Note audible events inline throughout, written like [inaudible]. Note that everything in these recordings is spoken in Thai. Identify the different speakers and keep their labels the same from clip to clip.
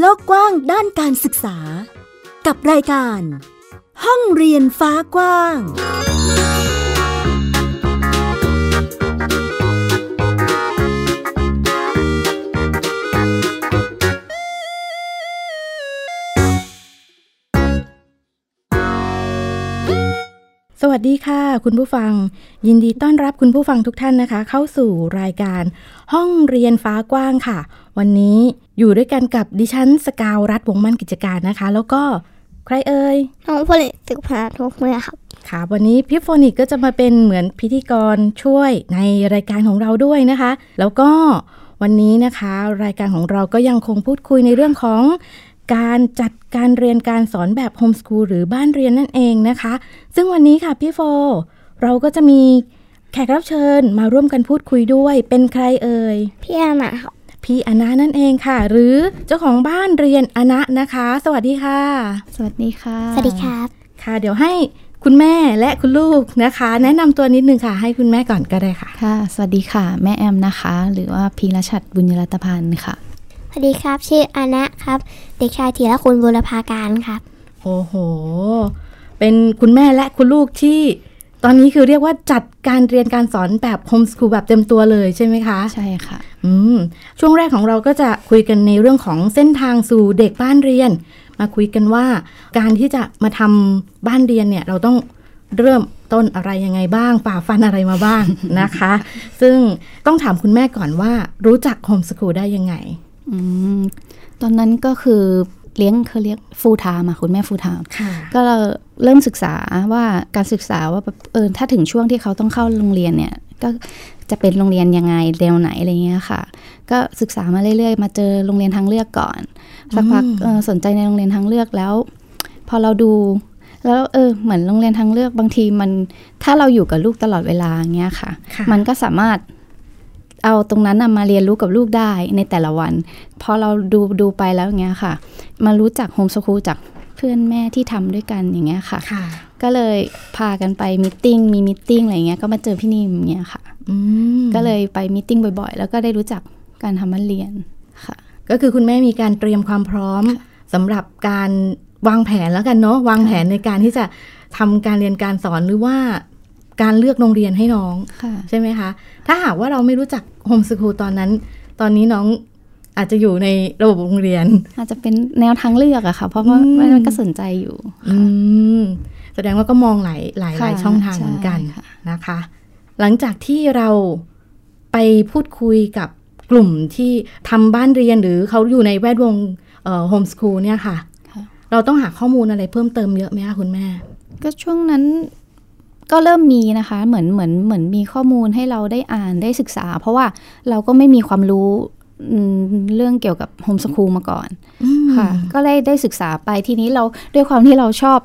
Speaker 1: โลกกว้างด้านการศึกษา กับรายการ ห้องเรียนฟ้ากว้าง
Speaker 2: สวัสดีค่ะ คุณผู้ฟัง ยินดีต้อนรับคุณผู้ฟังทุกท่านนะคะ เข้าสู่รายการ ห้องเรียนฟ้ากว้างค่ะ วันนี้อยู่ด้วยกันกับดิฉันสกาวรัฐวงศ์มั่นกิจการนะคะ แล้วก็ใครเอ่ย
Speaker 3: น้องผลิตศึกพนาทุกเมื่อครับ
Speaker 2: ค่ะ วันนี้พี่โฟนิกก็จะมาเป็นเหมือนพิธีกรช่วยในรายการของเราด้วยนะคะ แล้วก็วันนี้นะคะ รายการของเราก็ยังคงพูดคุยในเรื่องของ การจัดการเรียนการสอนแบบโฮมส o ูลหรือบ้านเรียนนั่นเองนะคะ ซึ่งวันนี้ค่ะพี่โฟ เราก็จะมีแขกรับเชิญมาร่วมกันพูดคุยด้วย เป็นใครเอ่ย
Speaker 3: พี่อามาครับ
Speaker 2: พี่อนะนั่นเองค่ะ หรือเจ้าของบ้านเรียนอนะนะคะ สวัสดีค่ะ
Speaker 4: สวัสดีค่ะ
Speaker 3: สวัสดีครับ
Speaker 2: ค่ะ เดี๋ยวให้คุณแม่และคุณลูกนะคะ แนะนำตัวนิดนึงค่ะ ให้คุณแม่ก่อนก็ได้ค่ะ
Speaker 4: ค่ะ สวัสดีค่ะ แม่แอมนะคะ หรือว่าพีรชัดบุญยรัตพันธ์ค่ะ
Speaker 3: สวัสดีครับ ชื่ออานะครับ เด็กชายธีรคุณบุรพาการครับ
Speaker 2: โอ้โห เป็นคุณแม่และคุณลูกที่ ตอนนี้คือเรียกว่าจัดการเรียนการสอนแบบโฮมส o ูลแบบเต็มตัวเลยใช่ไหมคะ
Speaker 4: ใช่ค่ะ
Speaker 2: อืม ช่วงแรกของเราก็จะคุยกันในเรื่องของเส้นทางสู่เด็กบ้านเรียน มาคุยกันว่า การที่จะมาทำบ้านเรียนเนี่ย เราต้องเริ่มต้นอะไรยังไงบ้างป่าฟันอะไรมาบ้าง นะคะ ซึ่งต้องถามคุณแม่ก่อนว่า รู้จักโฮมส o ูลได้ยังไง
Speaker 4: อืม ตอนนั้นก็คือเลี้ยงเขาเรียกฟูทามาคุณแม่ฟูทาม
Speaker 2: ค่ะ
Speaker 4: ก็เราเริ่มศึกษาว่าการศึกษาว่าแบบเออถ้าถึงช่วงที่เขาต้องเข้าโรงเรียนเนี่ยก็จะเป็นโรงเรียนยังไงเรียวไหนอะไรเงี้ยค่ะ ก็ศึกษามาเรื่อยๆ มาเจอโรงเรียนทางเลือกก่อนสักพัก
Speaker 2: อืม
Speaker 4: เออสนใจในโรงเรียนทางเลือกแล้ว พอเราดู แล้วเออเหมือนโรงเรียนทางเลือกบางทีมันถ้าเราอยู่กับลูกตลอดเวลาเงี้ยค่ะ
Speaker 2: ค่ะ
Speaker 4: มันก็สามารถเอาตรงนั้นน่ะมาเรียนรู้กับลูกได้ในแต่ละวันพอเราดูดูไปแล้วอย่างเงี้ยค่ะ มารู้จักโฮมสคูลจากเพื่อนแม่ที่ทำด้วยกันอย่างเงี้ยค่ะ
Speaker 2: ค่ะ
Speaker 4: ก็เลยพากันไปมิทติ้งมีมิทติ้งอะไรเงี้ยก็มาเจอพี่นิ่มอย่างเงี้ยค่ะ
Speaker 2: อืม
Speaker 4: ก็เลยไปมิทติ้งบ่อยๆ แล้วก็ได้รู้จักการทำมันเรียนค่ะ
Speaker 2: ก็คือคุณแม่มีการเตรียมความพร้อมสำหรับการวางแผนแล้วกันเนาะวางแผนในการที่จะทำการเรียนการสอนหรือว่าการเลือกโรงเรียนให้น้อง
Speaker 4: ค่ะ
Speaker 2: ใช่ไหมคะ ถ้าหากว่าเราไม่รู้จักโฮมส o ูลตอนนั้น ตอนนี้น้องอาจจะอยู่ในระบบโรงเรียน
Speaker 4: อาจจะเป็นแนวทางเลือกอะค่ะ เพราะว่า
Speaker 2: อืม
Speaker 4: มันก็สนใจอยู่
Speaker 2: อืมแสดงว่าก็มองหลายหลายหลาย
Speaker 4: ค่ะ
Speaker 2: ช่องทางเหมือนกัน
Speaker 4: ใช่ค่ะ
Speaker 2: นะคะ หลังจากที่เราไปพูดคุยกับกลุ่มที่ทำบ้านเรียนหรือเขาอยู่ในแวดวงโฮมสคูลเนี่ยค่ะ
Speaker 4: ค่ะ
Speaker 2: เราต้องหาข้อมูลอะไรเพิ่มเติมเยอะไหมคะคุณแม่
Speaker 4: ก็ช่วงนั้นก็เริ่มมีนะคะ เหมือนเหมือนเหมือนมีข้อมูลให้เราได้อ่านได้ศึกษา เพราะว่าเราก็ไม่มีความรู้อืมเรื่องเกี่ยวกับโฮมส o ูลมาก่อน ค่ะก็ได้ได้ศึกษาไปทีนี้เราด้วยความที่เราชอบ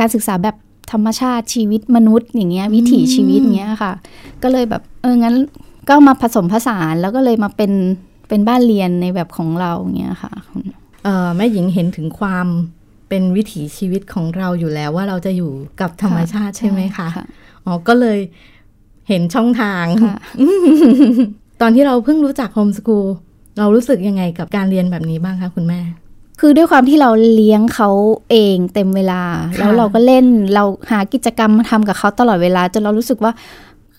Speaker 4: การศึกษาแบบธรรมชาติชีวิตมนุษย์อย่างเงี้ยวิถีชีวิตเงี้ยค่ะ ก็เลยแบบเอองั้นก็มาผสมผสานแล้วก็เลยมาเป็นเป็นบ้านเรียนในแบบของเราอย่างเงี้ยค่ะ
Speaker 2: เอ่อแม่หญิงเห็นถึงความเป็นวิถีชีวิตของเราอยู่แล้วว่าเราจะอยู่กับธรรมชาติใช่ไหมคะอ๋อก็เลยเห็นช่องทาง
Speaker 4: ค่ะ
Speaker 2: ตอนที่เราเพิ่งรู้จักโฮมส o ูลเรารู้สึกยังไงกับการเรียนแบบนี้บ้างคะคุณแม่
Speaker 4: คือด้วยความที่เราเลี้ยงเขาเองเต็มเวลา แล้วเราก็เล่นเราหากิจกรรมมาทำกับเขาตลอดเวลาจนเรารู้สึกว่า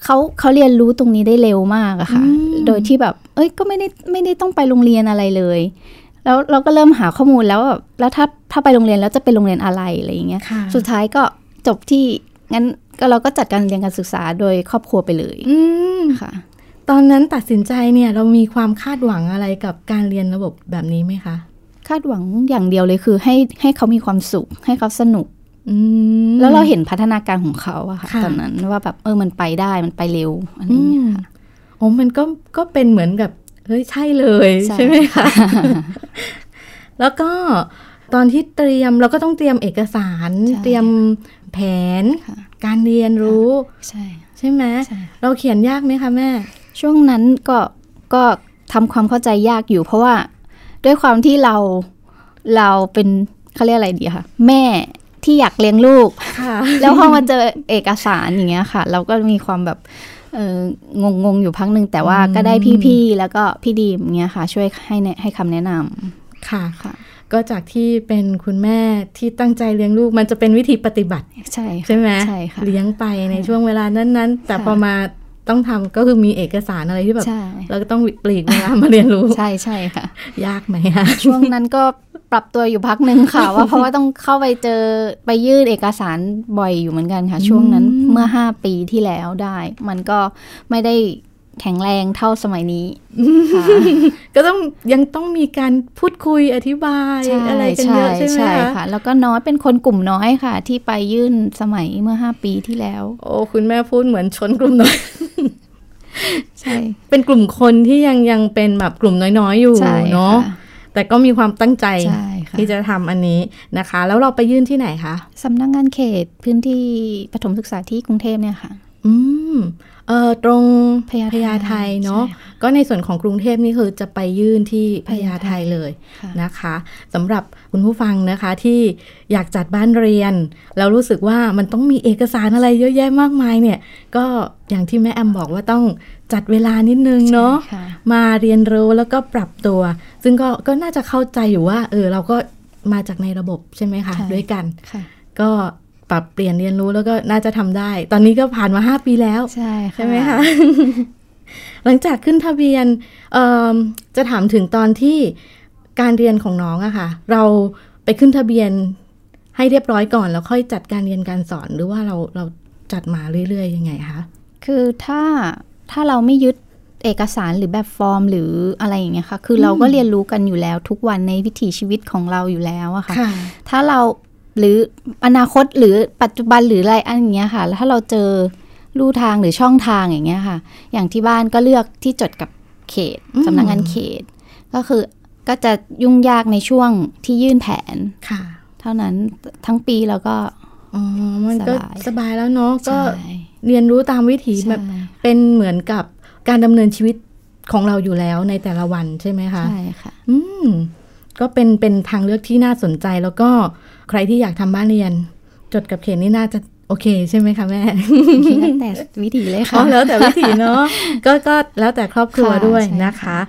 Speaker 4: เขาเขาเรียนรู้ตรงนี้ได้เร็วมากอะค่ะ
Speaker 2: อืม
Speaker 4: โดยที่แบบ เอ้ยก็ไม่ได้ไม่ได้ต้องไปโรงเรียนอะไรเลย แล้วเราก็เริ่มหาข้อมูลแล้วว่าแบบแล้วถ้าถ้าไปโรงเรียนแล้วจะไปโรงเรียนอะไรอะไรอย่างเงี้ย
Speaker 2: ค่ะ
Speaker 4: สุดท้ายก็จบที่งั้นก็เราก็จัดการเรียนการศึกษาโดยครอบครัวไปเลย
Speaker 2: อืม
Speaker 4: ค่ะ
Speaker 2: ตอนนั้นตัดสินใจเนี่ยเรามีความคาดหวังอะไรกับการเรียนระบบแบบนี้ไหมคะ
Speaker 4: คาดหวังอย่างเดียวเลยคือให้ให้เขามีความสุขให้เขาสนุก
Speaker 2: อืม
Speaker 4: แล้วเราเห็นพัฒนาการของเขาอะค่ะ
Speaker 2: ค่ะ
Speaker 4: ตอนนั้นว่าแบบเออมันไปได้มันไปเร็วอะไร
Speaker 2: อื
Speaker 4: อย่างเงี้ย
Speaker 2: ม
Speaker 4: ค่ะ
Speaker 2: โอ้มันก็ก็เป็นเหมือนกับเฮ้ยใช่เลย
Speaker 4: ใช่
Speaker 2: ใช่ไหมคะ [laughs] แล้วก็ตอนที่เตรียมเราก็ต้องเตรียมเอกสาร
Speaker 4: ใช่
Speaker 2: เตรียมแผน
Speaker 4: ค่ะ
Speaker 2: การเรียนรู้
Speaker 4: ใช่
Speaker 2: ใช่ไหม
Speaker 4: ใช่
Speaker 2: เราเขียนยากไหมคะแม่
Speaker 4: ช่วงนั้นก็ก็ทำความเข้าใจยากอยู่ เพราะว่าด้วยความที่เราเราเป็นเขาเรียกอะไรดีคะแม่ที่อยากเลี้ยงลู
Speaker 2: [laughs]
Speaker 4: ก
Speaker 2: ค่ะ
Speaker 4: แล้วพอมาเจอเอกสารอย่างเงี้ยค่ะ เราก็มีความแบบเอองงงๆอยู่พักหนึ่งแต่ว่าก็ได้พี่ๆแล้วก็พี่ดีมอย่างเงี้ยค่ะ ช่วยให้แนะให้คำแนะนำ
Speaker 2: ค่ะ
Speaker 4: ค่ะ
Speaker 2: ก็จากที่เป็นคุณแม่ที่ตั้งใจเลี้ยงลูกมันจะเป็นวิธีปฏิบัติ
Speaker 4: ใช่ค่ะ
Speaker 2: ใช่ไหม
Speaker 4: ใช่ค่ะ
Speaker 2: เลี้ยงไปในช่วงเวลานั้นๆ แต่
Speaker 4: ค่ะ
Speaker 2: พอมาต้องทำก็คือมีเอกสารอะไรที่แบบ
Speaker 4: ใช่
Speaker 2: เราก็ต้องปลีกเวลามาเรียนรู้
Speaker 4: ใช่ใช่ค่ะ
Speaker 2: ยากไหมคะ
Speaker 4: ช่วงนั้นก็ปรับตัวอยู่พักหนึ่ง
Speaker 2: [laughs]
Speaker 4: ค่ะ ว่าเพราะว่าต้องเข้าไปเจอไปยื่นเอกสารบ่อยอยู่เหมือนกันค่ะ ช่วงนั้นเมื่อ 5 ปีที่แล้วได้ มันก็ไม่ได้แข็งแรงเท่าสมัยนี้ค่ะ
Speaker 2: ก็ต้องยังต้องมีการพูดคุยอธิบาย [laughs] อะไรกันเยอะใช่ไหม
Speaker 4: ใช่
Speaker 2: คะ
Speaker 4: ค่ะ แล้วก็น้อยเป็นคนกลุ่มน้อยค่ะ ที่ไปยื่นสมัยเมื่อ 5 ปีที่แล้ว
Speaker 2: โอ้คุณแม่พูดเหมือนชนกลุ่มน้อย
Speaker 4: ใช่
Speaker 2: เป็นกลุ่มคนที่ยังยังเป็นแบบกลุ่มน้อยๆอยู่
Speaker 4: ใช่
Speaker 2: เนาะแต่ก็มีความตั้งใจ
Speaker 4: ใช่ค่ะ
Speaker 2: ที่จะทำอันนี้นะคะ แล้วเราไปยื่นที่ไหนคะ
Speaker 4: สำนักงานเขตพื้นที่ปฐมศึกษาที่กรุงเทพเนี่ยค่ะ
Speaker 2: อืม เอ่อ ตรง
Speaker 4: พญาไท
Speaker 2: ไทยเนาะ
Speaker 4: ใช่
Speaker 2: ก็ในส่วนของกรุงเทพนี่คือจะไปยื่นที่พญาไทยเลย
Speaker 4: ค่ะ
Speaker 2: นะคะสำหรับคุณผู้ฟังนะคะที่อยากจัดบ้านเรียน แล้วรู้สึกว่ามันต้องมีเอกสารอะไรเยอะแยะมากมายเนี่ย ก็อย่างที่แม่แอมบอกว่าต้องจัดเวลานิดนึงเนาะ
Speaker 4: ใช่ค่ะ
Speaker 2: มาเรียนรู้แล้วก็ปรับตัว ซึ่งก็ก็น่าจะเข้าใจอยู่ว่า เออ เราก็มาจากในระบบใช่ไหมคะ
Speaker 4: ใช่
Speaker 2: ด้วยกัน
Speaker 4: ค่ะ
Speaker 2: ก็ปรับเปลี่ยนเรียนรู้แล้วก็น่าจะทำได้ ตอนนี้ก็ผ่านมา 5 ปีแล้ว
Speaker 4: ใช่
Speaker 2: ใช่ไหมคะ [laughs] หลังจากขึ้นทะเบียนเอิ่มจะถามถึงตอนที่การเรียนของน้องอะค่ะ เราไปขึ้นทะเบียนให้เรียบร้อยก่อน แล้วค่อยจัดการเรียนการสอนหรือว่าเราเราจัดมาเรื่อยๆยังไงคะ
Speaker 4: คือถ้าถ้าเราไม่ยึดเอกสารหรือแบบฟอร์มหรืออะไรอย่างเงี้ยค่ะ คือเราก็เรียนรู้กันอยู่แล้วทุกวันในวิถีชีวิตของเราอยู่แล้วอะค่ะ ถ้าเราหรืออนาคตหรือปัจจุบันหรืออะไรอันเนี้ยค่ะ แล้วถ้าเราเจอลู่ทางหรือช่องทางอย่างเงี้ยค่ะ อย่างที่บ้านก็เลือกที่จดกับเขต
Speaker 2: อืม
Speaker 4: สำนักงานเขต ก็คือก็จะยุ่งยากในช่วงที่ยื่นแผน
Speaker 2: ค่ะ
Speaker 4: เท่านั้นทั้งปีแล้วก็
Speaker 2: อ๋อมันก็
Speaker 4: สบาย
Speaker 2: สบายแล้วเนาะก็
Speaker 4: ใช่
Speaker 2: เรียนรู้ตามวิถีแบบ
Speaker 4: ใช่
Speaker 2: เป็นเหมือนกับการดำเนินชีวิตของเราอยู่แล้วในแต่ละวันใช่ไหมคะ
Speaker 4: ใช่ค่ะ [laughs]
Speaker 2: อืมก็เป็นเป็นทางเลือกที่น่าสนใจแล้วก็ใครที่อยากทำบ้านเรียน จดกับเขตนี่น่าจะโอเคใช่ไหมคะแม่
Speaker 4: แล้วแต่วิธีเล
Speaker 2: [laughs]
Speaker 4: ย
Speaker 2: อ๋
Speaker 4: ค่ะ
Speaker 2: อแล้วแต่วิถีเนาะก็ก็แล้วแต่ครอบครัว
Speaker 4: ค่ะ
Speaker 2: ด้วย
Speaker 4: ใช่ค่ะ
Speaker 2: นะคะ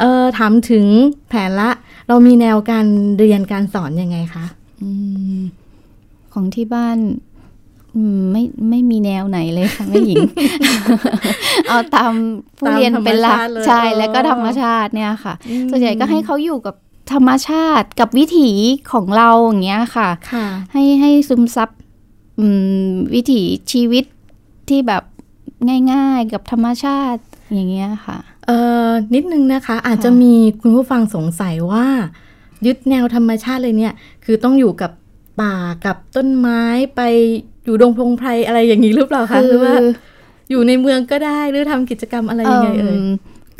Speaker 2: เอ่อถามถึงแผนละ เรามีแนวการเรียนการสอนยังไงคะ
Speaker 4: อืมของที่บ้านอืมไม่ไม่มีแนวไหนเลย
Speaker 2: [laughs]
Speaker 4: ค่ะแม่หญิง [laughs] เอาตามผู้เรียนเป็นหลัก
Speaker 2: ตามธรรมชาติเลยเอ
Speaker 4: ใช่
Speaker 2: อ
Speaker 4: แล้วก็ธรรมชาติเนี่ยค่ะ
Speaker 2: อืม
Speaker 4: ส่วนใหญ่ก็ให้เขาอยู่กับธรรมชาติกับวิถีของเราอย่างเงี้ยค่ะ
Speaker 2: ค่ะ
Speaker 4: ให้ให้ซึมซับอืมวิถีชีวิตที่แบบง่ายๆกับธรรมชาติอย่างเงี้ยค่ะ
Speaker 2: เอ่อนิดนึงนะคะอาจจะ
Speaker 4: ค่ะ
Speaker 2: มีคุณผู้ฟังสงสัยว่า ยึดแนวธรรมชาติเลยเนี่ย คือต้องอยู่กับป่ากับต้นไม้ไปอยู่ดงพงไพรอะไรอย่างนี้หรือเปล่าคะหรือว่า อยู่ในเมืองก็ได้หรือทำกิจกรรมอะไรยังไงเอ่ย
Speaker 4: ม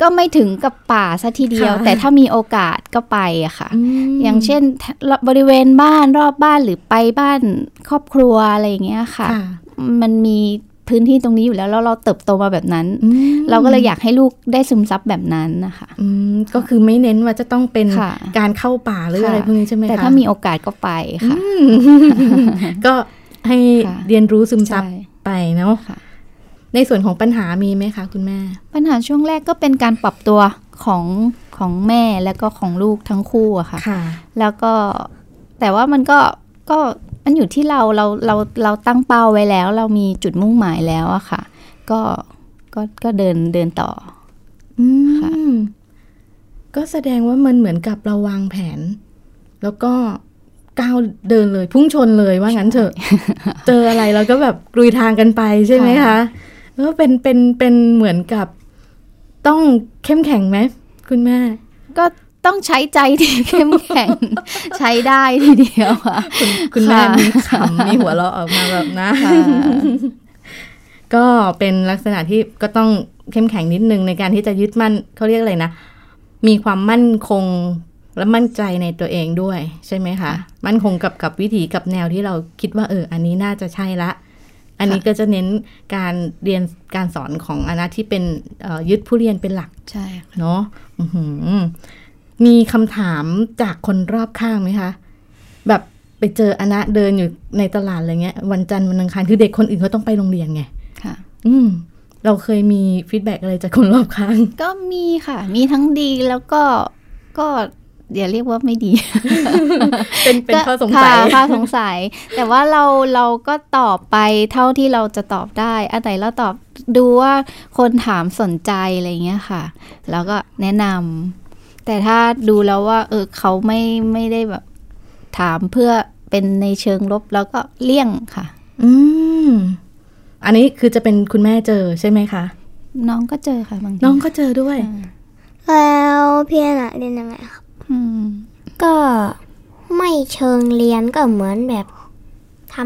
Speaker 4: ก็ไม่ถึงกับป่าซะทีเดียว
Speaker 2: ค่ะ
Speaker 4: แต่ถ้ามีโอกาสก็ไปอะค่ะ
Speaker 2: ม
Speaker 4: อย่างเช่นบริเวณบ้านรอบบ้านหรือไปบ้านครอบครัวอะไรอย่างเงี้ยค่ะ
Speaker 2: ค่ะ
Speaker 4: มันมีพื้นที่ตรงนี้อยู่แล้วแล้วเราเติบโตมาแบบนั้น
Speaker 2: อืม
Speaker 4: เราก็เลยอยากให้ลูกได้ซึมซับแบบนั้นนะคะ
Speaker 2: อืมก็คือไม่เน้นว่าจะต้องเป็น
Speaker 4: ค่ะ
Speaker 2: การเข้าป่าหรือ
Speaker 4: ค่ะ
Speaker 2: อะไรพวกนี้ใช่ไหมคะ
Speaker 4: แต่ถ้ามีโอกาสก็ไปค่ะ
Speaker 2: อืม ก็ให้
Speaker 4: ค่ะ
Speaker 2: เรียนรู้ซึมซับ
Speaker 4: ใช่
Speaker 2: ไปเนาะ
Speaker 4: ค่ะ
Speaker 2: ในส่วนของปัญหามีไหมคะคุณแม่
Speaker 4: ปัญหาช่วงแรกก็เป็นการปรับตัวของของแม่และก็ของลูกทั้งคู่อะค่ะ
Speaker 2: ค่ะ
Speaker 4: แล้วก็แต่ว่ามันก็ก็มันอยู่ที่เราเราเราเราตั้งเป้าไว้แล้ว เรามีจุดมุ่งหมายแล้วอะค่ะ ก็ก็ก็เดินเดินต่อ
Speaker 2: อื
Speaker 4: ค่ะ
Speaker 2: มก็แสดงว่ามันเหมือนกับเราวางแผน แล้วก็ก้าวเดินเลยพุ่งชนเลยว่างั้นเถอะ เจออะไรเราก็แบบลุยทางกันไปใช่ไหมคะก็เป็นเป็นเป็นเหมือนกับ ต้องเข้มแข็งไหมคุณแม่
Speaker 4: ก็ต้องใช้ใจที่เข้มแข็ง [laughs] ใช้ได้ทีเดียวอะ
Speaker 2: คุณแม่
Speaker 4: ค่ะ
Speaker 2: มีขำมีหัวเราะออกมาแบบนะ ก็เป็นลักษณะที่ก็ต้องเข้มแข็งนิดนึงในการที่จะยึดมั่นเขาเรียกอะไรนะ มีความมั่นคงและมั่นใจในตัวเองด้วย ใช่ไหมคะ มั่นคงกับกับวิถีกับแนวที่เราคิดว่าเออ อันนี้น่าจะใช่ละ อันนี้ก็จะเน้นการเรียนการสอนของอนาที่เป็นเอ่อยึดผู้เรียนเป็นหลัก
Speaker 4: ใช่
Speaker 2: เนาะอื้อหือมีคำถามจากคนรอบข้างไหมคะ แบบไปเจออนะเดินอยู่ในตลาดอะไรเงี้ย วันจันทร์วันอังคารคือเด็กคนอื่นเขาต้องไปโรงเรียนไง
Speaker 4: ค่ะ
Speaker 2: อืม เราเคยมีฟีดแบ็กอะไรจากคนรอบข้าง
Speaker 4: ก็มีค่ะ มีทั้งดีแล้วก็ก็ อย่าเรียกว่าไม่ดี
Speaker 2: เป็นเป็นข้อสงสัย
Speaker 4: ค่ะข้อสงสัย แต่ว่าเราเราก็ตอบไปเท่าที่เราจะตอบได้อันไหนเราตอบดูว่าคนถามสนใจอะไรอย่างเงี้ยค่ะ แล้วก็แนะนำแต่ถ้าดูแล้วว่า เออเขาไม่ไม่ได้แบบถามเพื่อเป็นในเชิงลบแล้วก็เลี่ยงค่ะ
Speaker 2: อืม อันนี้คือจะเป็นคุณแม่เจอใช่ไหมคะ
Speaker 4: น้องก็เจอค่ะบางที
Speaker 2: น้องก็เจอด้วย
Speaker 3: แล้วพี่อนะเรียนยังไงครับ
Speaker 4: อืม
Speaker 3: ก็ไม่เชิงเรียนก็เหมือนแบบท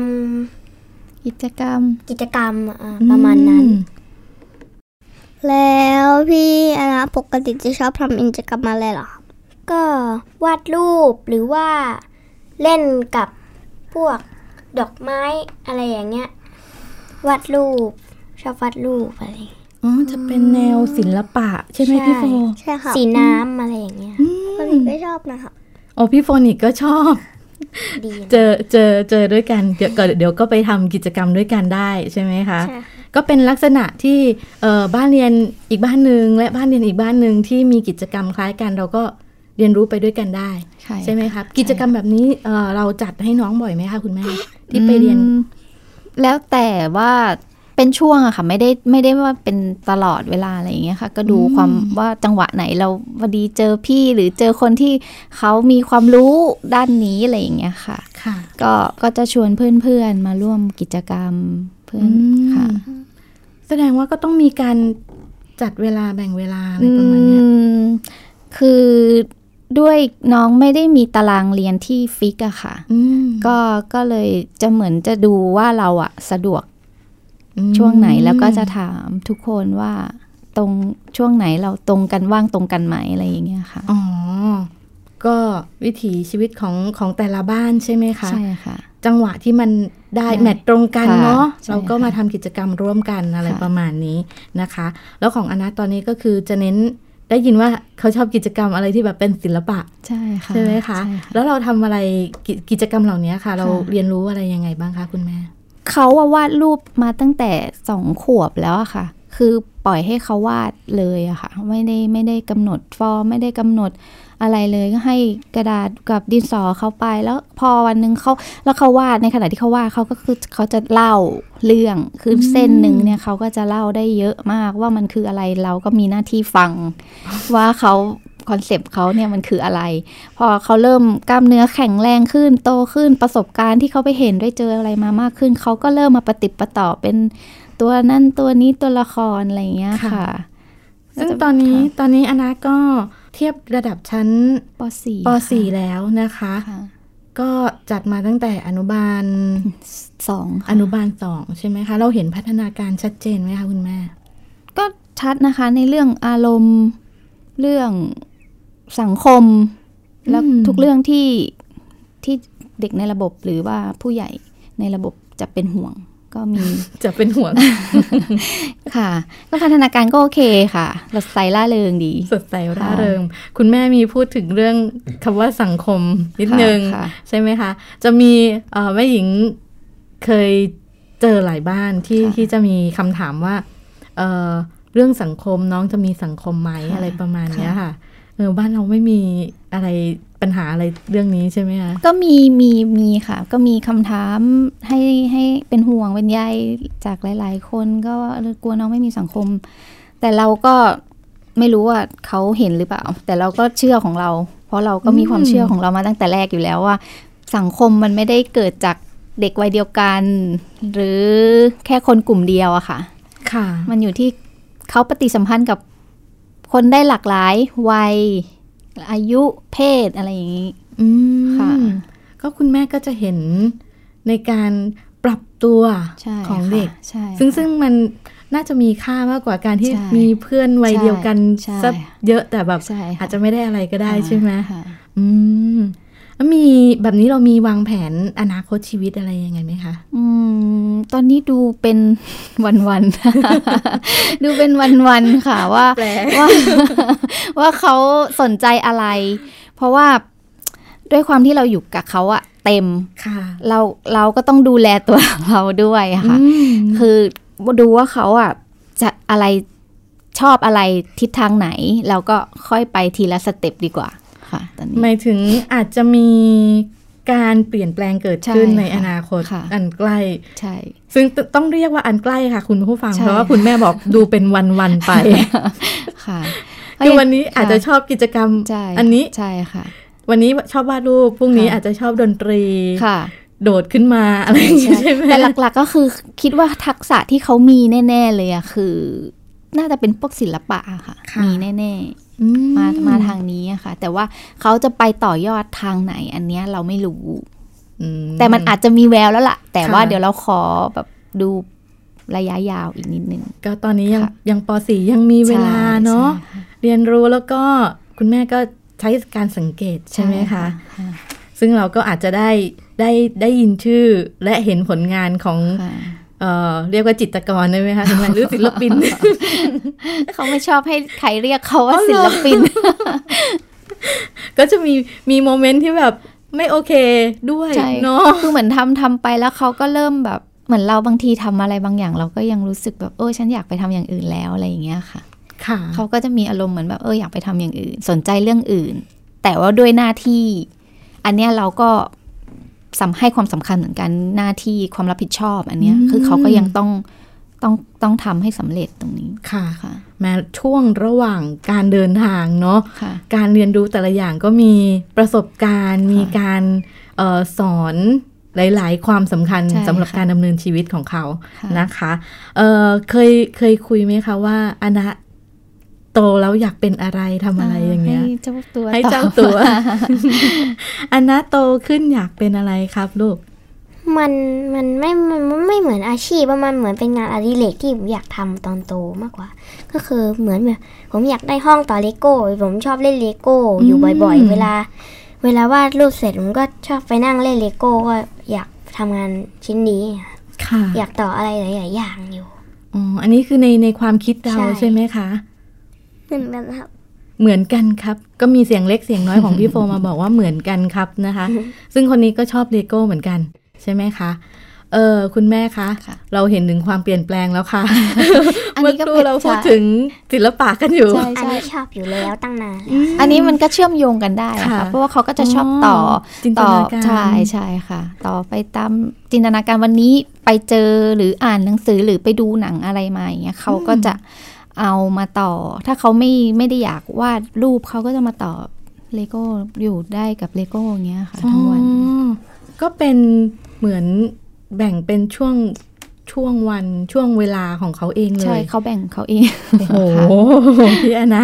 Speaker 3: ำ
Speaker 4: กิจกรรม
Speaker 3: กิจกรรมอ่ะประมาณนั้น แล้วพี่อนะปกติจะชอบทำกิจกรรมอะไรเหรอครับก็วาดรูปหรือว่าเล่นกับพวกดอกไม้อะไรอย่างเงี้ยวาดรูปชอบวาดรูปอะไรอย่างเงี้ย
Speaker 2: อ๋อ จะเป็นแนวศิลปะ ใช่ไหมพี่โฟ
Speaker 3: ใช่ค่ะสีน้ำอะไรอย่างเงี้ยก็ไม่ชอบนะครับ
Speaker 2: โอ้พี่โฟนี่ก็ชอบ
Speaker 3: ดีนะ
Speaker 2: เจอเจอเจอด้วยกัน เดี๋ยวก็เดี๋ยวก็ไปทำกิจกรรมด้วยกันได้ใช่ไหมคะ
Speaker 3: ใช่ค่ะ
Speaker 2: ก็เป็นลักษณะที่เอ่อบ้านเรียนอีกบ้านหนึ่งและบ้านเรียนอีกบ้านหนึ่งที่มีกิจกรรมคล้ายกัน เราก็เรียนรู้ไปด้วยกันได้
Speaker 4: ใช่
Speaker 2: ใช่ไหมครับ กิจกรรมแบบนี้เอ่อเราจัดให้น้องบ่อยไหมคะคุณแม่ ที่ไปเรียน
Speaker 4: อืมแล้วแต่ว่าเป็นช่วงอะค่ะ ไม่ได้ไม่ได้ว่าเป็นตลอดเวลาอะไรอย่างเงี้ยค่ะ ก็ดูความว่าจังหวะไหนเราพอดีเจอพี่หรือเจอคนที่เขามีความรู้ด้านนี้อะไรอย่างเงี้ยค่ะ
Speaker 2: ค่ะ
Speaker 4: ก็ก็จะชวนเพื่อนๆมาร่วมกิจกรรมเพื่อนค่ะ
Speaker 2: แสดงว่าก็ต้องมีการจัดเวลาแบ่งเวลาอะไรประมาณเนี้ย
Speaker 4: อืมคือด้วยน้องไม่ได้มีตารางเรียนที่ฟิกอะค่ะ
Speaker 2: อืม
Speaker 4: ก็ก็เลยจะเหมือนจะดูว่าเราอะสะดวก
Speaker 2: อืม
Speaker 4: ช่วงไหนแล้วก็จะถามทุกคนว่าตรงช่วงไหนเราตรงกันว่างตรงกันไหมอะไรอย่างเงี้ยค่ะ
Speaker 2: อ๋อ ก็วิถีชีวิตของของแต่ละบ้านใช่ไหมคะ
Speaker 4: ใช่ค่ะ
Speaker 2: จังหวะที่มันได้
Speaker 4: ใช่
Speaker 2: แมทตรงกัน
Speaker 4: ค่ะ
Speaker 2: เนาะ
Speaker 4: ใช่
Speaker 2: เราก็
Speaker 4: ค่ะ
Speaker 2: มาทำกิจกรรมร่วมกันอะไร
Speaker 4: ค่ะ
Speaker 2: ประมาณนี้นะคะ แล้วของอนาตอนนี้ก็คือจะเน้นได้ยินว่าเขาชอบกิจกรรมอะไรที่แบบเป็นศิลปะ
Speaker 4: ใช่ค่ะ
Speaker 2: ใช่ไหมคะ
Speaker 4: ใช่
Speaker 2: แล้วเราทำอะไรกิกิจกรรมเหล่านี้ค่ะ เรา
Speaker 4: ค่ะ
Speaker 2: เรียนรู้อะไรยังไงบ้างคะคุณแม่
Speaker 4: เขาอะวาดรูปมาตั้งแต่สองขวบแล้วอะค่ะ คือปล่อยให้เขาวาดเลยอะค่ะ ไม่ได้ไม่ได้กำหนดฟอร์มไม่ได้กำหนดอะไรเลยก็ให้กระดาษกับดินสอเขาไป แล้วพอวันหนึ่งเขาแล้วเขาวาดในขณะที่เขาวาดเขาก็คือเขาจะเล่าเรื่องคือเส้นหนึ่งเนี่ยเขาก็จะเล่าได้เยอะมากว่ามันคืออะไรเราก็มีหน้าที่ฟัง [laughs] ว่าเขาคอนเซปต์เขาเนี่ยมันคืออะไร พอเขาเริ่มกล้ามเนื้อแข็งแรงขึ้นโตขึ้นประสบการณ์ที่เขาไปเห็นได้เจออะไรมามากขึ้น เขาก็เริ่มมาปฏิดประต่อเป็นตัวนั่นตัวนี้ตัวละครอะไรอย่างเงี้ย
Speaker 2: ค่ะ
Speaker 4: ค่ะ
Speaker 2: ซึ่งตอนนี้ตอนนี้อนาก็เทียบระดับชั้น
Speaker 4: ปสี่
Speaker 2: ป .4 แล้วนะคะ
Speaker 4: ค่ะ
Speaker 2: ก็จัดมาตั้งแต่อนุบาล
Speaker 4: สองค่ะ
Speaker 2: อนุบาลสองใช่ไหมคะ เราเห็นพัฒนาการชัดเจนไหมคะคุณแม่
Speaker 4: ก็ชัดนะคะในเรื่องอารมณ์ เรื่องสังคม แล้ว
Speaker 2: อืม
Speaker 4: ทุกเรื่องที่ที่เด็กในระบบหรือว่าผู้ใหญ่ในระบบจะเป็นห่วงก็มี
Speaker 2: จะเป็นห่วง [laughs]
Speaker 4: ค่ะ ก็พัฒนาการก็โอเคค่ะเราใส่ล่าเริงดี
Speaker 2: สดใสร่าเริงคุณแม่มีพูดถึงเรื่องคำว่าสังคมนิดนึง
Speaker 4: ค่ะ
Speaker 2: ใช่ไหมคะ จะมีเอ่อแม่หญิงเคยเจอหลายบ้านที่
Speaker 4: ค่ะ
Speaker 2: ที่จะมีคำถามว่าเอ่อเรื่องสังคมน้องจะมีสังคมไหม
Speaker 4: ค่ะ
Speaker 2: อะไรประมาณเนี้ย
Speaker 4: ค่ะ
Speaker 2: ค่ะเออบ้านเราไม่มีอะไรปัญหาอะไรเรื่องนี้ใช่ไหมคะ
Speaker 4: ก็มีมีมีค่ะ ก็มีคำถามให้ให้เป็นห่วงเป็นใยจากหลาย ๆ คนก็ว่าเออกลัวน้องไม่มีสังคม แต่เราก็ไม่รู้ว่าเขาเห็นหรือเปล่า แต่เราก็เชื่อของเรา เพราะเราก็มีความเชื่อของเรามาตั้งแต่แรกอยู่แล้วว่า สังคมมันไม่ได้เกิดจากเด็กวัยเดียวกัน หรือแค่คนกลุ่มเดียวอะค่ะ
Speaker 2: ค่ะ
Speaker 4: มันอยู่ที่เขาปฏิสัมพันธ์กับคนได้หลากหลายวัย อายุเพศอะไรอย่างนี้
Speaker 2: อืม
Speaker 4: ค่ะ
Speaker 2: ก็คุณแม่ก็จะเห็นในการปรับตัว
Speaker 4: ใช่
Speaker 2: ของ
Speaker 4: ค่ะ
Speaker 2: เด็ก
Speaker 4: ใช่ค่ะ
Speaker 2: ซึ่งซึ่งมันน่าจะมีค่ามากกว่าการที่
Speaker 4: ใช่
Speaker 2: มีเพื่อนวัยเดียวกัน
Speaker 4: ใช่
Speaker 2: สักเยอะแต่แบบ
Speaker 4: ใช่ค่ะ
Speaker 2: อาจจะไม่ได้อะไรก็ได้
Speaker 4: อ่า
Speaker 2: ใช่ไหม
Speaker 4: ค่ะ
Speaker 2: อืมแล้วมีแบบนี้เรามีวางแผนอนาคตชีวิตอะไรยังไงไหมคะ
Speaker 4: อืมตอนนี้ดูเป็น [laughs] วันวันๆ [laughs] ดูเป็นวันวันๆค่ะว่าว่า [laughs] ว่าเขาสนใจอะไร เพราะว่าด้วยความที่เราอยู่กับเขาอะเต็ม
Speaker 2: ค่ะ
Speaker 4: เราเราก็ต้องดูแลตัวเราด้วยอะค่ะ
Speaker 2: อืม
Speaker 4: คือดูว่าเขาอ่ะจะอะไรชอบอะไรทิศทางไหน เราก็ค่อยไปทีละสเต็ปดีกว่า ค่ะ ตอนนี้
Speaker 2: หมายถึงอาจจะมีการเปลี่ยนแปลงเกิด
Speaker 4: ใช่
Speaker 2: ขึ้นใน
Speaker 4: ค่ะ
Speaker 2: อนาคต
Speaker 4: ค่ะ
Speaker 2: อันใกล้
Speaker 4: ใช่
Speaker 2: ซึ่งตต้องเรียกว่าอันใกล้ค่ะ คุณผู้ฟัง
Speaker 4: ใช่
Speaker 2: เพราะว่าคุณแม่บอกดูเป็นวันวัน
Speaker 4: [laughs]
Speaker 2: ๆไป
Speaker 4: ค่ะ
Speaker 2: คือวันนี้
Speaker 4: ค่
Speaker 2: อาจจะชอบกิจกรรม
Speaker 4: ใช่
Speaker 2: อันนี้
Speaker 4: ใช่ค่ะ
Speaker 2: วันนี้ชอบวาดรูปพรุ่งนี้
Speaker 4: ค่ะ
Speaker 2: อาจจะชอบดนตรี
Speaker 4: ค่ะ
Speaker 2: โดดขึ้นมาอะไรอย่างงี้ใช่ไหม
Speaker 4: แต่หลักๆก็คือคิดว่าทักษะที่เขามีแน่ ๆ เลยอะคือ น่าจะเป็นพวกศิลปะอะค่ะมีแน่
Speaker 2: อื
Speaker 4: ๆ มามาทางนี้อะค่ะ แต่ว่าเขาจะไปต่อยอดทางไหนอันเนี้ยเราไม่รู้
Speaker 2: อืม
Speaker 4: แต่มันอาจจะมีแววแล้วล่ะ แต่ว่า
Speaker 2: ค่ะ
Speaker 4: เดี๋ยวเราขอแบบดูระยะยาวอีกนิดนึง
Speaker 2: ก็ตอนนี้ยัง
Speaker 4: ค่ะ
Speaker 2: ยังปสียังมีเวลาเนาะ
Speaker 4: ใช่
Speaker 2: เรียนรู้แล้วก็คุณแม่ก็ใช้การสังเกตใช่ไหมคะ ซึ่งเราก็อาจจะได้ได้ได้ยินชื่อและเห็นผลงานของ
Speaker 4: ค่ะ
Speaker 2: เอ่อเรียกว่าจิตรกรได้ไหม
Speaker 4: [laughs]
Speaker 2: คะถึงไหนหรือศิลปิน [laughs]
Speaker 4: เขาไม่ชอบให้ใครเรียกเขาว่าศิลปิน
Speaker 2: ก็จะมีมีโมเมนต์ที่แบบไม่โอเคด้วย
Speaker 4: ใช่
Speaker 2: เนาะ
Speaker 4: คือเหมือนทำทำไปแล้วเขาก็เริ่มแบบเหมือนเราบางทีทำอะไรบางอย่าง เราก็ยังรู้สึกแบบเออฉันอยากไปทำอย่างอื่นแล้วอะไรอย่างเงี้ยค่ะ
Speaker 2: ค่ะ
Speaker 4: เขาก็จะมีอารมณ์เหมือนแบบเอออยากไปทำอย่างอื่น สนใจเรื่องอื่น แต่ว่าด้วยหน้าที่ อันเนี้ยเราก็สำให้ความสำคัญเหมือนกันหน้าที่ความรับผิดชอบ อันเนี้ย
Speaker 2: อืม
Speaker 4: คือเขาก็ยังต้องต้องต้องทำให้สำเร็จตรงนี้
Speaker 2: ค่ะ
Speaker 4: ค่ะ
Speaker 2: แม้ช่วงระหว่างการเดินทางเนาะ
Speaker 4: ค่ะ
Speaker 2: การเรียนรู้แต่ละอย่างก็มีประสบการณ์ มีการเออสอนหลาย ๆ ความสำคัญ
Speaker 4: ใช่
Speaker 2: สำหรับ
Speaker 4: ค่ะ
Speaker 2: การดำเนินชีวิตของเขา
Speaker 4: ค่ะ
Speaker 2: นะคะเอ่อเคยเคยคุยไหมคะว่าอนะโตแล้วอยากเป็นอะไรทำอะไรอย่างเงี้ย
Speaker 4: ให้เจ้าตัว
Speaker 2: ให้เจ้า
Speaker 4: ตอบ
Speaker 2: ตัว อนะโตขึ้นอยากเป็นอะไรครับลูก
Speaker 3: มันมันไม่มันมันไม่เหมือนอาชีพอะมันเหมือนเป็นงานอดิเรกที่ผมอยากทำตอนโตมากกว่า ก็คือเหมือนแบบผมอยากได้ห้องต่อเลโก้ ผมชอบเล่นเลโก้อยู่บ่อย
Speaker 2: อืม
Speaker 3: ๆ เวลา เวลาวาดรูปเสร็จผมก็ชอบไปนั่งเล่นเลโก้ก็อยากทำงานชิ้นนี้อะ
Speaker 2: ค่ะ
Speaker 3: อยากต่ออะไรหลายๆอย่างอยู่
Speaker 2: อ๋ออันนี้คือในในความคิดเรา
Speaker 3: ใช่
Speaker 2: ใช่ไหมคะ
Speaker 3: เหมือนกันครับ
Speaker 2: เหมือนกันครับ ก็มีเสียงเล็กเสียงน้
Speaker 4: [laughs]
Speaker 2: อยของพี่โฟมาบอกว่าเหมือนกันครับนะคะ ซึ่งคนนี้ก็ชอบเลโก้เหมือนกัน ใช่ไหมคะ เออคุณแม่คะ
Speaker 4: ค่ะ
Speaker 2: เราเห็นถึงความเปลี่ยนแปลงแล้วค่ะ
Speaker 4: อัน
Speaker 2: เมื่อ
Speaker 4: นี้ก็
Speaker 2: ครู่
Speaker 4: ป็น
Speaker 2: เราพูดถึงศิลปะกันอยู่
Speaker 4: ใช่
Speaker 3: อัน
Speaker 4: ใช่
Speaker 3: นี้ชอบอยู่แล้วตั้งนานแล้ว
Speaker 4: อันนี้มันก็เชื่อมโยงกันได้อะ
Speaker 2: ค่ะ
Speaker 4: ค่ะ เพราะว่าเขาก็จะชอบต่อ
Speaker 2: จินต
Speaker 4: ต่อ
Speaker 2: นาการ
Speaker 4: ใช่ใช่ค่ะ ต่อไปตามจินตนาการวันนี้ไปเจอหรืออ่านหนังสือหรือไปดูหนังอะไรมาอย่างเงี้ยเขาก็จะเอามาต่อ ถ้าเขาไม่ไม่ได้อยากวาดรูปเขาก็จะมาต่อเลโก้อยู่ได้กับเลโก้อย่างเงี้ยค่ะ
Speaker 2: อ๋อ
Speaker 4: ทั้งวัน
Speaker 2: ก็เป็นเหมือนแบ่งเป็นช่วงช่วงวันช่วงเวลาของเขาเองเล
Speaker 4: ใช่
Speaker 2: ย
Speaker 4: เขาแบ่งเขาเอง
Speaker 2: โอ้โหพี่อนะ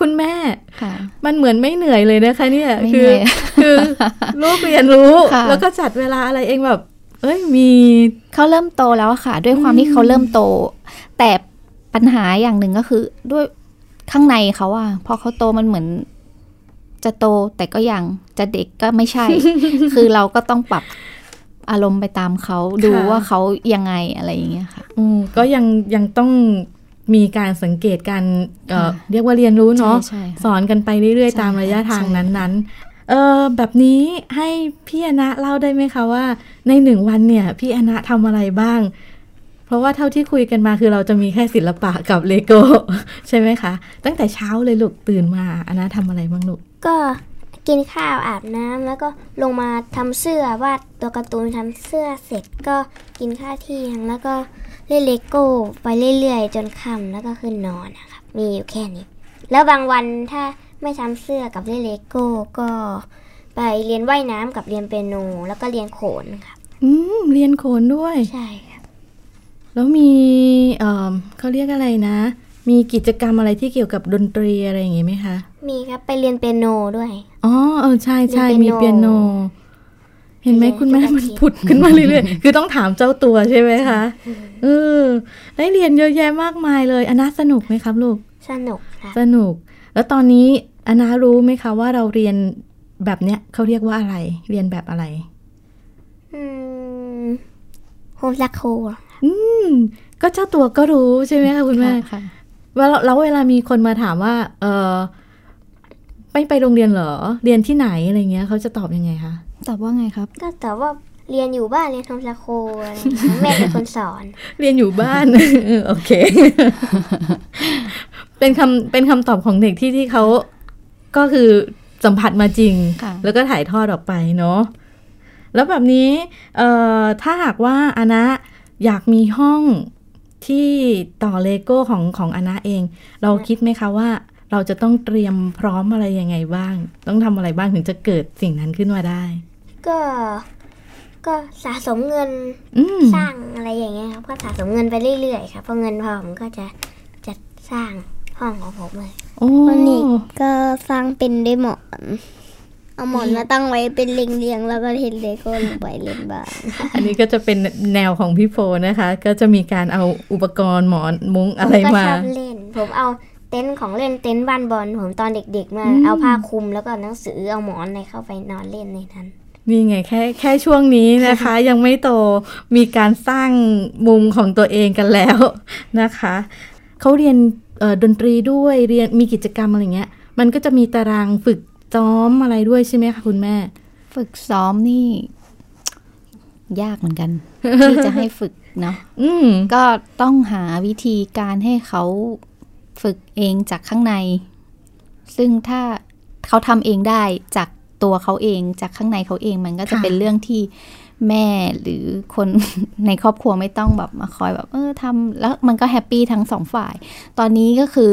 Speaker 2: คุณแม่
Speaker 4: ค่ะ
Speaker 2: มันเหมือนไม่เหนื่อยเลยนะคะเนี่ย
Speaker 4: ไม่
Speaker 2: คื
Speaker 4: เหนื่อย
Speaker 2: คือลูกเรียนรู้
Speaker 4: ค่ะ
Speaker 2: แล้วก็จัดเวลาอะไรเองแบบ เอ้ยมี
Speaker 4: เขาเริ่มโตแล้วอะค่ะ ด้วยความที่เขาเริ่มโต แต่ปัญหาอย่างหนึ่งก็คือ ด้วยข้างในเขาอะพอเขาโตมันเหมือน จะโตแต่ก็ยังจะเด็กก็ไม่
Speaker 2: [laughs]
Speaker 4: ใช่ คือเราก็ต้องปรับอารมณ์ไปตามเขาดู
Speaker 2: ค่ะ
Speaker 4: ว่าเขายังไงอะไรอย่างเงี้ยค่ะ
Speaker 2: อืมก็ยังยังต้องมีการสังเกตการเอ่อ
Speaker 4: ค่ะ
Speaker 2: เรียกว่าเรียนรู้เนาะ
Speaker 4: ใช่ใช่
Speaker 2: ส
Speaker 4: ค่ะ
Speaker 2: อนกันไปเรื่อย
Speaker 4: ใช่
Speaker 2: ๆ ตามระยะทาง
Speaker 4: ใช่ค่ะ
Speaker 2: นั้นๆเออแบบนี้ให้พี่อนะเล่าได้ไหมคะว่า ในหนึ่งวันเนี่ย พี่อนะทำอะไรบ้าง เพราะว่าเท่าที่คุยกันมาคือเราจะมีแค่ศิลปะกับเลโก้ [laughs] ใช่ไหมคะ ตั้งแต่เช้าเลยลูกตื่นมาอนะทำอะไรบ้างลูก
Speaker 3: ก็กินข้าวอาบน้ำแล้วก็ลงมาทำเสื้อวาดตัวการ์ตูนทำเสื้อเสร็จก็กินข้าวเที่ยงแล้วก็เล่นเลโก้ไปเรื่อยๆ จนค่ำแล้วก็ขึ้นนอนนะครับ มีอยู่แค่นี้ แล้วบางวันถ้าไม่ทำเสื้อกับเล่นเลโก้ก็ไปเรียนว่ายน้ำกับเรียนเปียโนแล้วก็เรียนโขนครับ
Speaker 2: อืมเรียนโขนด้วย
Speaker 3: ใช่ครับ
Speaker 2: แล้วมีเอ่อเขาเรียกอะไรนะ มีกิจกรรมอะไรที่เกี่ยวกับดนตรีอะไรอย่างงี้ไหมคะ
Speaker 3: มีครับไปเรียนเปียโนด้วย
Speaker 2: อ๋อเออใช่ใช่
Speaker 3: เรี
Speaker 2: มี
Speaker 3: ยนเปี
Speaker 2: เปีย
Speaker 3: ย
Speaker 2: โน
Speaker 3: โน
Speaker 2: เห็นไหม
Speaker 3: เรียน
Speaker 2: คุณแม่
Speaker 3: ทุกอา
Speaker 2: มัน
Speaker 3: ทิตย์
Speaker 2: ผุดขึ้นมาเรื่อยๆ
Speaker 3: [laughs]
Speaker 2: คือต้องถามเจ้าตัวใช่ไหมคะเออได้เรียนเยอะแยะมากมายเลยอนาสนุกไหมครับลูก
Speaker 3: สนุกครับ
Speaker 2: สนุก แล้วตอนนี้อนารู้ไหมคะว่าเราเรียนแบบเนี้ยเขาเรียกว่าอะไร เรียนแบบอะไร
Speaker 3: อืมโฮมลักโค
Speaker 2: อืม ก็เจ้าตัวก็รู้ใช่ไหมคะคุณแม่
Speaker 4: ค่ะ
Speaker 2: เวลาแล้วเวลามีคนมาถามว่า เออไม่ไปโรงเรียนเหรอ เรียนที่ไหนอะไรเงี้ยเขาจะตอบยังไงคะ
Speaker 4: ตอบว่าไงครับ
Speaker 3: ก็แต่ว่าเรียนอยู่บ้านเรียนโฮมลักโคอะไรอย่างเงี้ย
Speaker 2: [laughs]
Speaker 3: แม่เป็นคนสอน
Speaker 2: เรียนอยู่บ้าน [laughs] เออโอเค เป็นคำเป็นคำตอบของเด็กที่ที่เขาก็คือ สัมผัสมาจริง
Speaker 4: ค่ะ
Speaker 2: แล้วก็ถ่ายทอดออกไปเนาะแล้วแบบนี้เอ่อถ้าหากว่าอานะอยากมีห้องที่ต่อเลโก้ของของอานะเอง เราคิดไหมคะว่า เราจะต้องเตรียมพร้อมอะไรยังไงบ้าง ต้องทำอะไรบ้างถึงจะเกิดสิ่งนั้นขึ้นมาได้
Speaker 3: ก็ก็สะสมเงิน
Speaker 2: อืม
Speaker 3: สร้างอะไรอย่างเงี้ยครับก็สะสมเงินไปเรื่อยๆครับพอเงินพอผมก็จะจัดสร้างห้องของผมเลย
Speaker 2: โอ้
Speaker 3: วันนี้ ก็สร้างเป็นด้วยหมอน เอาหมอนมาตั้งไว้เป็นเรียงๆแล้วก็เห็นเลโก้ลงไปเล่นบ้าง
Speaker 2: อันนี้ก็จะเป็นแนวของพี่โฟนะคะ ก็จะมีการเอาอุปกรณ์หมอนมุ้งอะไร
Speaker 3: ผมก็
Speaker 2: มา
Speaker 3: ชอบเล่น ผมเอาเต็นท์ของเล่นเต็นท์บ้านบอลผมตอนเด็กๆมา เอาผ้าคลุมแล้วก็หนังสือเอาหมอนอะไรเข้าไปนอนเล่นในนั้น
Speaker 2: นี่ไงแค่แค่ช่วงนี้นะคะ
Speaker 4: [laughs]
Speaker 2: ยังไม่โตมีการสร้างมุมของตัวเองกันแล้วนะคะ เขาเรียนเอ่อดนตรีด้วยเรียนมีกิจกรรมอะไรเงี้ย มันก็จะมีตารางฝึกซ้อมอะไรด้วยใช่ไหมคะคุณแม่
Speaker 4: ฝึกซ้อมนี่ ยากเหมือน
Speaker 2: [laughs]
Speaker 4: กัน ที่จะให้ฝึกเนาะ
Speaker 2: อืม
Speaker 4: ก็ต้องหาวิธีการให้เขาฝึกเองจากข้างใน ซึ่งถ้าเขาทำเองได้จากตัวเขาเองจากข้างในเขาเองมันก็จะเป็นเรื่องที่แม่หรือคน ในครอบครัวไม่ต้องแบบมาคอยแบบ เออทำแล้วมันก็แฮปปี้ทั้งสองฝ่าย ตอนนี้ก็คือ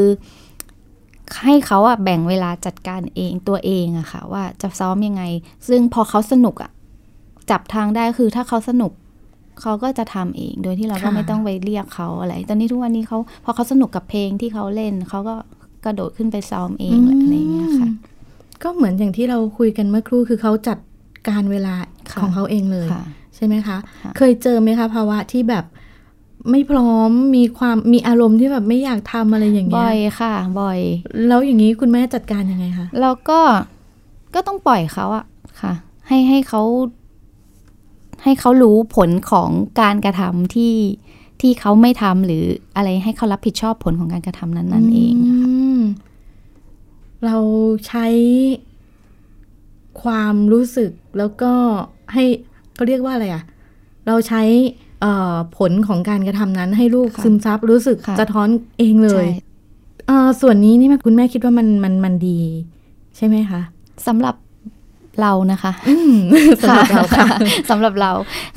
Speaker 4: ให้เขาอะแบ่งเวลาจัดการเองตัวเองอะค่ะ ว่าจะซ้อมยังไง ซึ่งพอเขาสนุกอะจับทางได้คือถ้าเขาสนุก เขาก็จะทำเอง โดยที่เราก็ไม่ต้องไปเรียกเขาอะไร ตอนนี้ทุกวันนี้เขาพอเขาสนุกกับเพลงที่เขาเล่น เขาก็กระโดดขึ้นไปซ้อมเองอะไรอย่างเงี้ยค่ะ
Speaker 2: ก็เหมือนอย่างที่เราคุยกันเมื่อครู่คือเขาจัดการเวลา
Speaker 4: ค่ะ
Speaker 2: ของเขาเองเลย
Speaker 4: ค่ะ
Speaker 2: ใช่ไหมคะ
Speaker 4: ค่ะ
Speaker 2: เคยเจอไหมคะภาวะที่แบบไม่พร้อมมีความมีอารมณ์ที่แบบไม่อยากทำอะไรอย่างเงี้
Speaker 4: บ่อย
Speaker 2: ย
Speaker 4: ค่ะ บ่อย
Speaker 2: แล้วอย่างนี้คุณแม่จัดการยังไงคะ
Speaker 4: แล้วก็ก็ต้องปล่อยเขาอะค่ะ ให้ให้เขา ให้เขารู้ผลของการกระทำที่ที่เขาไม่ทำหรืออะไรให้เขารับผิดชอบผลของการกระทำนั้นนั่นๆเองอะค่ะ
Speaker 2: มเราใช้ความรู้สึกแล้วก็ให้เขาเรียกว่าอะไรอะเราใช้เอ่อผลของการกระทำนั้นให้ลูก
Speaker 4: ค่ะ
Speaker 2: ซึมซับรู้สึก
Speaker 4: ค่ะ
Speaker 2: สะท้อนเองเล
Speaker 4: ใช่
Speaker 2: ยเอ่อส่วนนี้นี่มันคุณแม่คิดว่ามันมันมันดี ใช่ไหมคะ
Speaker 4: สำหรับเรานะคะ
Speaker 2: อืมสำหรับเราค่ะ
Speaker 4: สำหรับเรา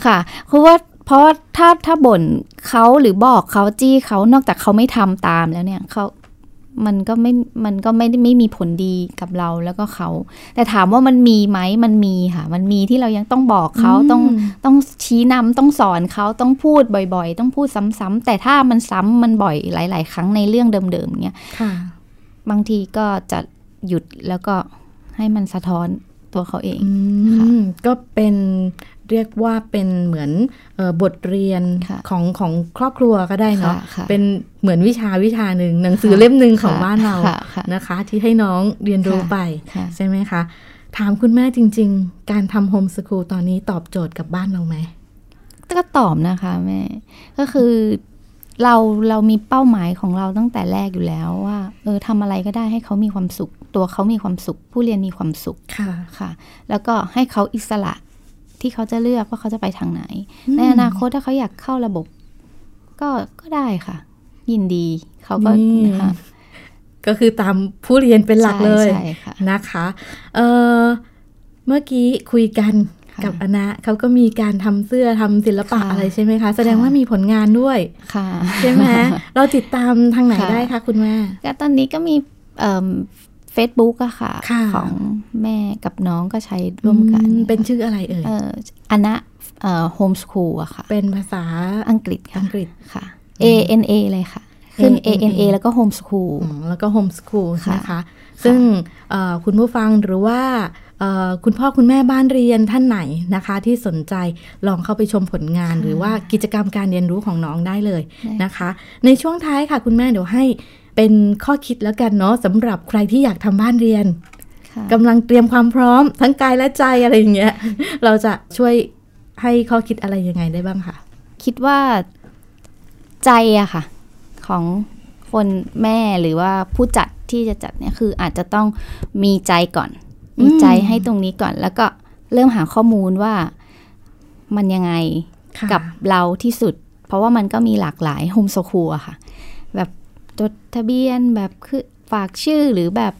Speaker 4: ค่ะเพราะว่าเพราะว่าถ้าถ้าบ่นเขาหรือบอกเขาจี้เขานอกจากเขาไม่ทำตามแล้วเนี่ยเขามันก็ไม่มันก็ไม่ได้ไม่มีผลดีกับเราแล้วก็เขา แต่ถามว่ามันมีไหมมันมีค่ะ มันมีที่เรายังต้องบอกเขา
Speaker 2: อืม
Speaker 4: ต้องต้องชี้นำต้องสอนเขาต้องพูดบ่อยๆ ต้องพูดซ้ำๆแต่ถ้ามันซ้ำมันบ่อยหลาย ๆ ครั้งในเรื่องเดิมๆเนี่ย
Speaker 2: ค่ะ
Speaker 4: บางทีก็จะหยุดแล้วก็ให้มันสะท้อนตัวเขาเอง
Speaker 2: อืมก็เป็นเรียกว่าเป็นเหมือนเออบทเรียน
Speaker 4: ค่ะ
Speaker 2: ของของครอบครัวก็ได้เนาะ
Speaker 4: ค่ะค่ะ
Speaker 2: เป็นเหมือนวิชาวิชาหนึ่งหนังสือเล่มหนึ่งของบ้านเรา
Speaker 4: ค่ะค่ะ
Speaker 2: นะคะ ที่ให้น้องเรียนรู้
Speaker 4: ค่ะ
Speaker 2: ไป
Speaker 4: ค่ะ
Speaker 2: ใช่ไหมคะ ถามคุณแม่จริง ๆ การทำโฮมส o ูลตอนนี้ตอบโจทย์กับบ้านเราไหม
Speaker 4: ก็ตอบนะคะแม่ก็คือเราเรามีเป้าหมายของเราตั้งแต่แรกอยู่แล้วว่า เออทำอะไรก็ได้ให้เขามีความสุข ตัวเขามีความสุข ผู้เรียนมีความสุข
Speaker 2: ค่ะ
Speaker 4: ค่ะ แล้วก็ให้เขาอิสระที่เขาจะเลือกว่าเขาจะไปทางไหน ในอนาคตถ้าเขาอยากเข้าระบบ ก็ก็ได้ค่ะ ยินดีเขาก็
Speaker 2: นี่
Speaker 4: นะคะ
Speaker 2: ก็คือตามผู้เรียนเป็นหลักเลย
Speaker 4: ใช่ใช่ค่ะ
Speaker 2: นะคะเอ่อเมื่อกี้คุยกัน
Speaker 4: ค่ะ
Speaker 2: กับอนะเขาก็มีการทำเสื้อทำศิลปะ
Speaker 4: ค่ะ
Speaker 2: อะไรใช่ไหมคะ แสดง
Speaker 4: ค่ะ
Speaker 2: ว่ามีผลงานด้วย
Speaker 4: ค่ะ
Speaker 2: ใช่ไหม เราติดตามทางไหน
Speaker 4: ค่ะ
Speaker 2: ได้คะคุณแม่
Speaker 4: ก็ตอนนี้ก็มีเฟซบุ๊กอะค่ะ
Speaker 2: ค่ะ
Speaker 4: ของแม่กับน้องก็ใช้ร่วมกัน
Speaker 2: อืเป็นชื่ออะไรเอ่ย
Speaker 4: เอ่ออันนะโฮมสคูลอะค่ะ
Speaker 2: เป็นภาษา
Speaker 4: อังกฤษค่ะ
Speaker 2: อังกฤษ
Speaker 4: ค่ะ A N A เลยค่ะ ขึ้น A N A
Speaker 2: ANA
Speaker 4: แล้วก็โฮมสคูล
Speaker 2: อืมแล้วก็โฮมส o ูล
Speaker 4: ค่ะ
Speaker 2: นะคะ ซึ่งเอ่อคุณผู้ฟังหรือว่าเอ่อคุณพ่อคุณแม่บ้านเรียนท่านไหนนะคะ ที่สนใจลองเข้าไปชมผลงานหรือว่ากิจกรรมการเรียนรู้ของน้องได้เลย
Speaker 4: ได้
Speaker 2: นะคะ ในช่วงท้ายค่ะคุณแม่เดี๋ยวให้เป็นข้อคิดแล้วกันเนาะสำหรับใครที่อยากทำบ้านเรียน
Speaker 4: ค่ะ
Speaker 2: กำลังเตรียมความพร้อมทั้งกายและใจอะไรอย่างเงี้ย เราจะช่วยให้ข้อคิดอะไรยังไงได้บ้างคะ
Speaker 4: คิดว่าใจอะค่ะ ของคนแม่หรือว่าผู้จัดที่จะจัดเนี่ยคืออาจจะต้องมีใจก่อน มีใจให้ตรงนี้ก่อน แล้วก็เริ่มหาข้อมูลว่ามันยังไง
Speaker 2: ค่ะ
Speaker 4: กับเราที่สุด เพราะว่ามันก็มีหลากหลายโฮมสคูลอะค่ะ แบบจดทะเบียนแบบคือฝากชื่อหรือแบบ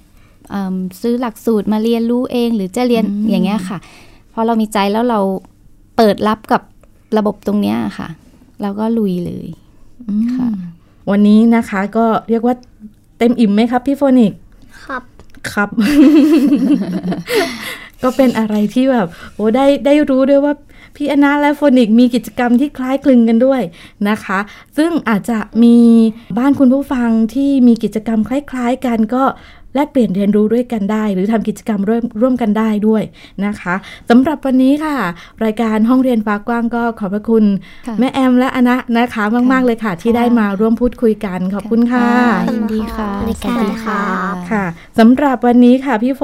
Speaker 4: อืมซื้อหลักสูตรมาเรียนรู้เอง หรือจะเรียน
Speaker 2: อืม
Speaker 4: อย่างเงี้ยค่ะ พอเรามีใจแล้วเราเปิดรับกับระบบตรงเนี้ยค่ะ เราก็ลุยเลย ค่ะ
Speaker 2: วันนี้นะคะก็เรียกว่าเต็มอิ่มไหมครับพี่โฟนิก
Speaker 3: ครับ
Speaker 2: ครับ [laughs] ก็เป็นอะไรที่แบบโอ้ได้ได้รู้ด้วยว่าพี่อนาและโฟนิกมีกิจกรรมที่คล้ายคลึงกันด้วยนะคะ ซึ่งอาจจะมีบ้านคุณผู้ฟังที่มีกิจกรรมคล้าย ๆ กันก็แลกเปลี่ยนเรียนรู้ด้วยกันได้ หรือทำกิจกรรมร่วมร่วมกันได้ด้วยนะคะสำหรับวันนี้ค่ะ รายการห้องเรียนฟ้ากว้างก็ขอบพระคุณ
Speaker 4: ค่ะ
Speaker 2: แม่แอมและอนะนะคะ มากๆเลยค่ะ ที่ได้มาร่วมพูดคุยกันขอบคุณค่ะ
Speaker 4: ยินดีค่ะ
Speaker 3: ขอบคุณค่ะ
Speaker 4: สวัสดี
Speaker 2: ค่ะสำหรับวันนี้ค่ะพี่โฟ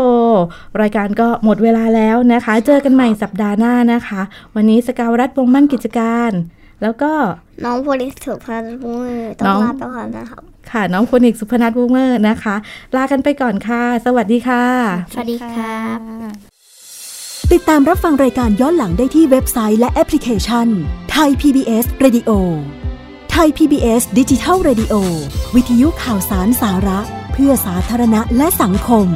Speaker 2: รายการก็หมดเวลาแล้วนะคะ เจอกันใหม่สัปดาห์หน้านะคะ วันนี้สกาวรัฐวงศ์มั่นกิจการ แล้วก็
Speaker 3: น้องโพลิสถูกพันมือต้อ
Speaker 2: น้อง ง
Speaker 3: ลาไปก่อนนะครับ
Speaker 2: ค่ะน้องโฟนิกสุพนัทวงศ์เมอร์นะคะ ลากันไปก่อนค่ะ สวัสดีค่ะ
Speaker 3: สวัสดีครับ
Speaker 1: ติดตามรับฟังรายการย้อนหลังได้ที่เว็บไซต์และแอปพลิเคชันไทย PBS Radio ไทย PBS ดิจิทัล Radio วิทยุข่าวสารสาระ เพื่อสาธารณะและสังคม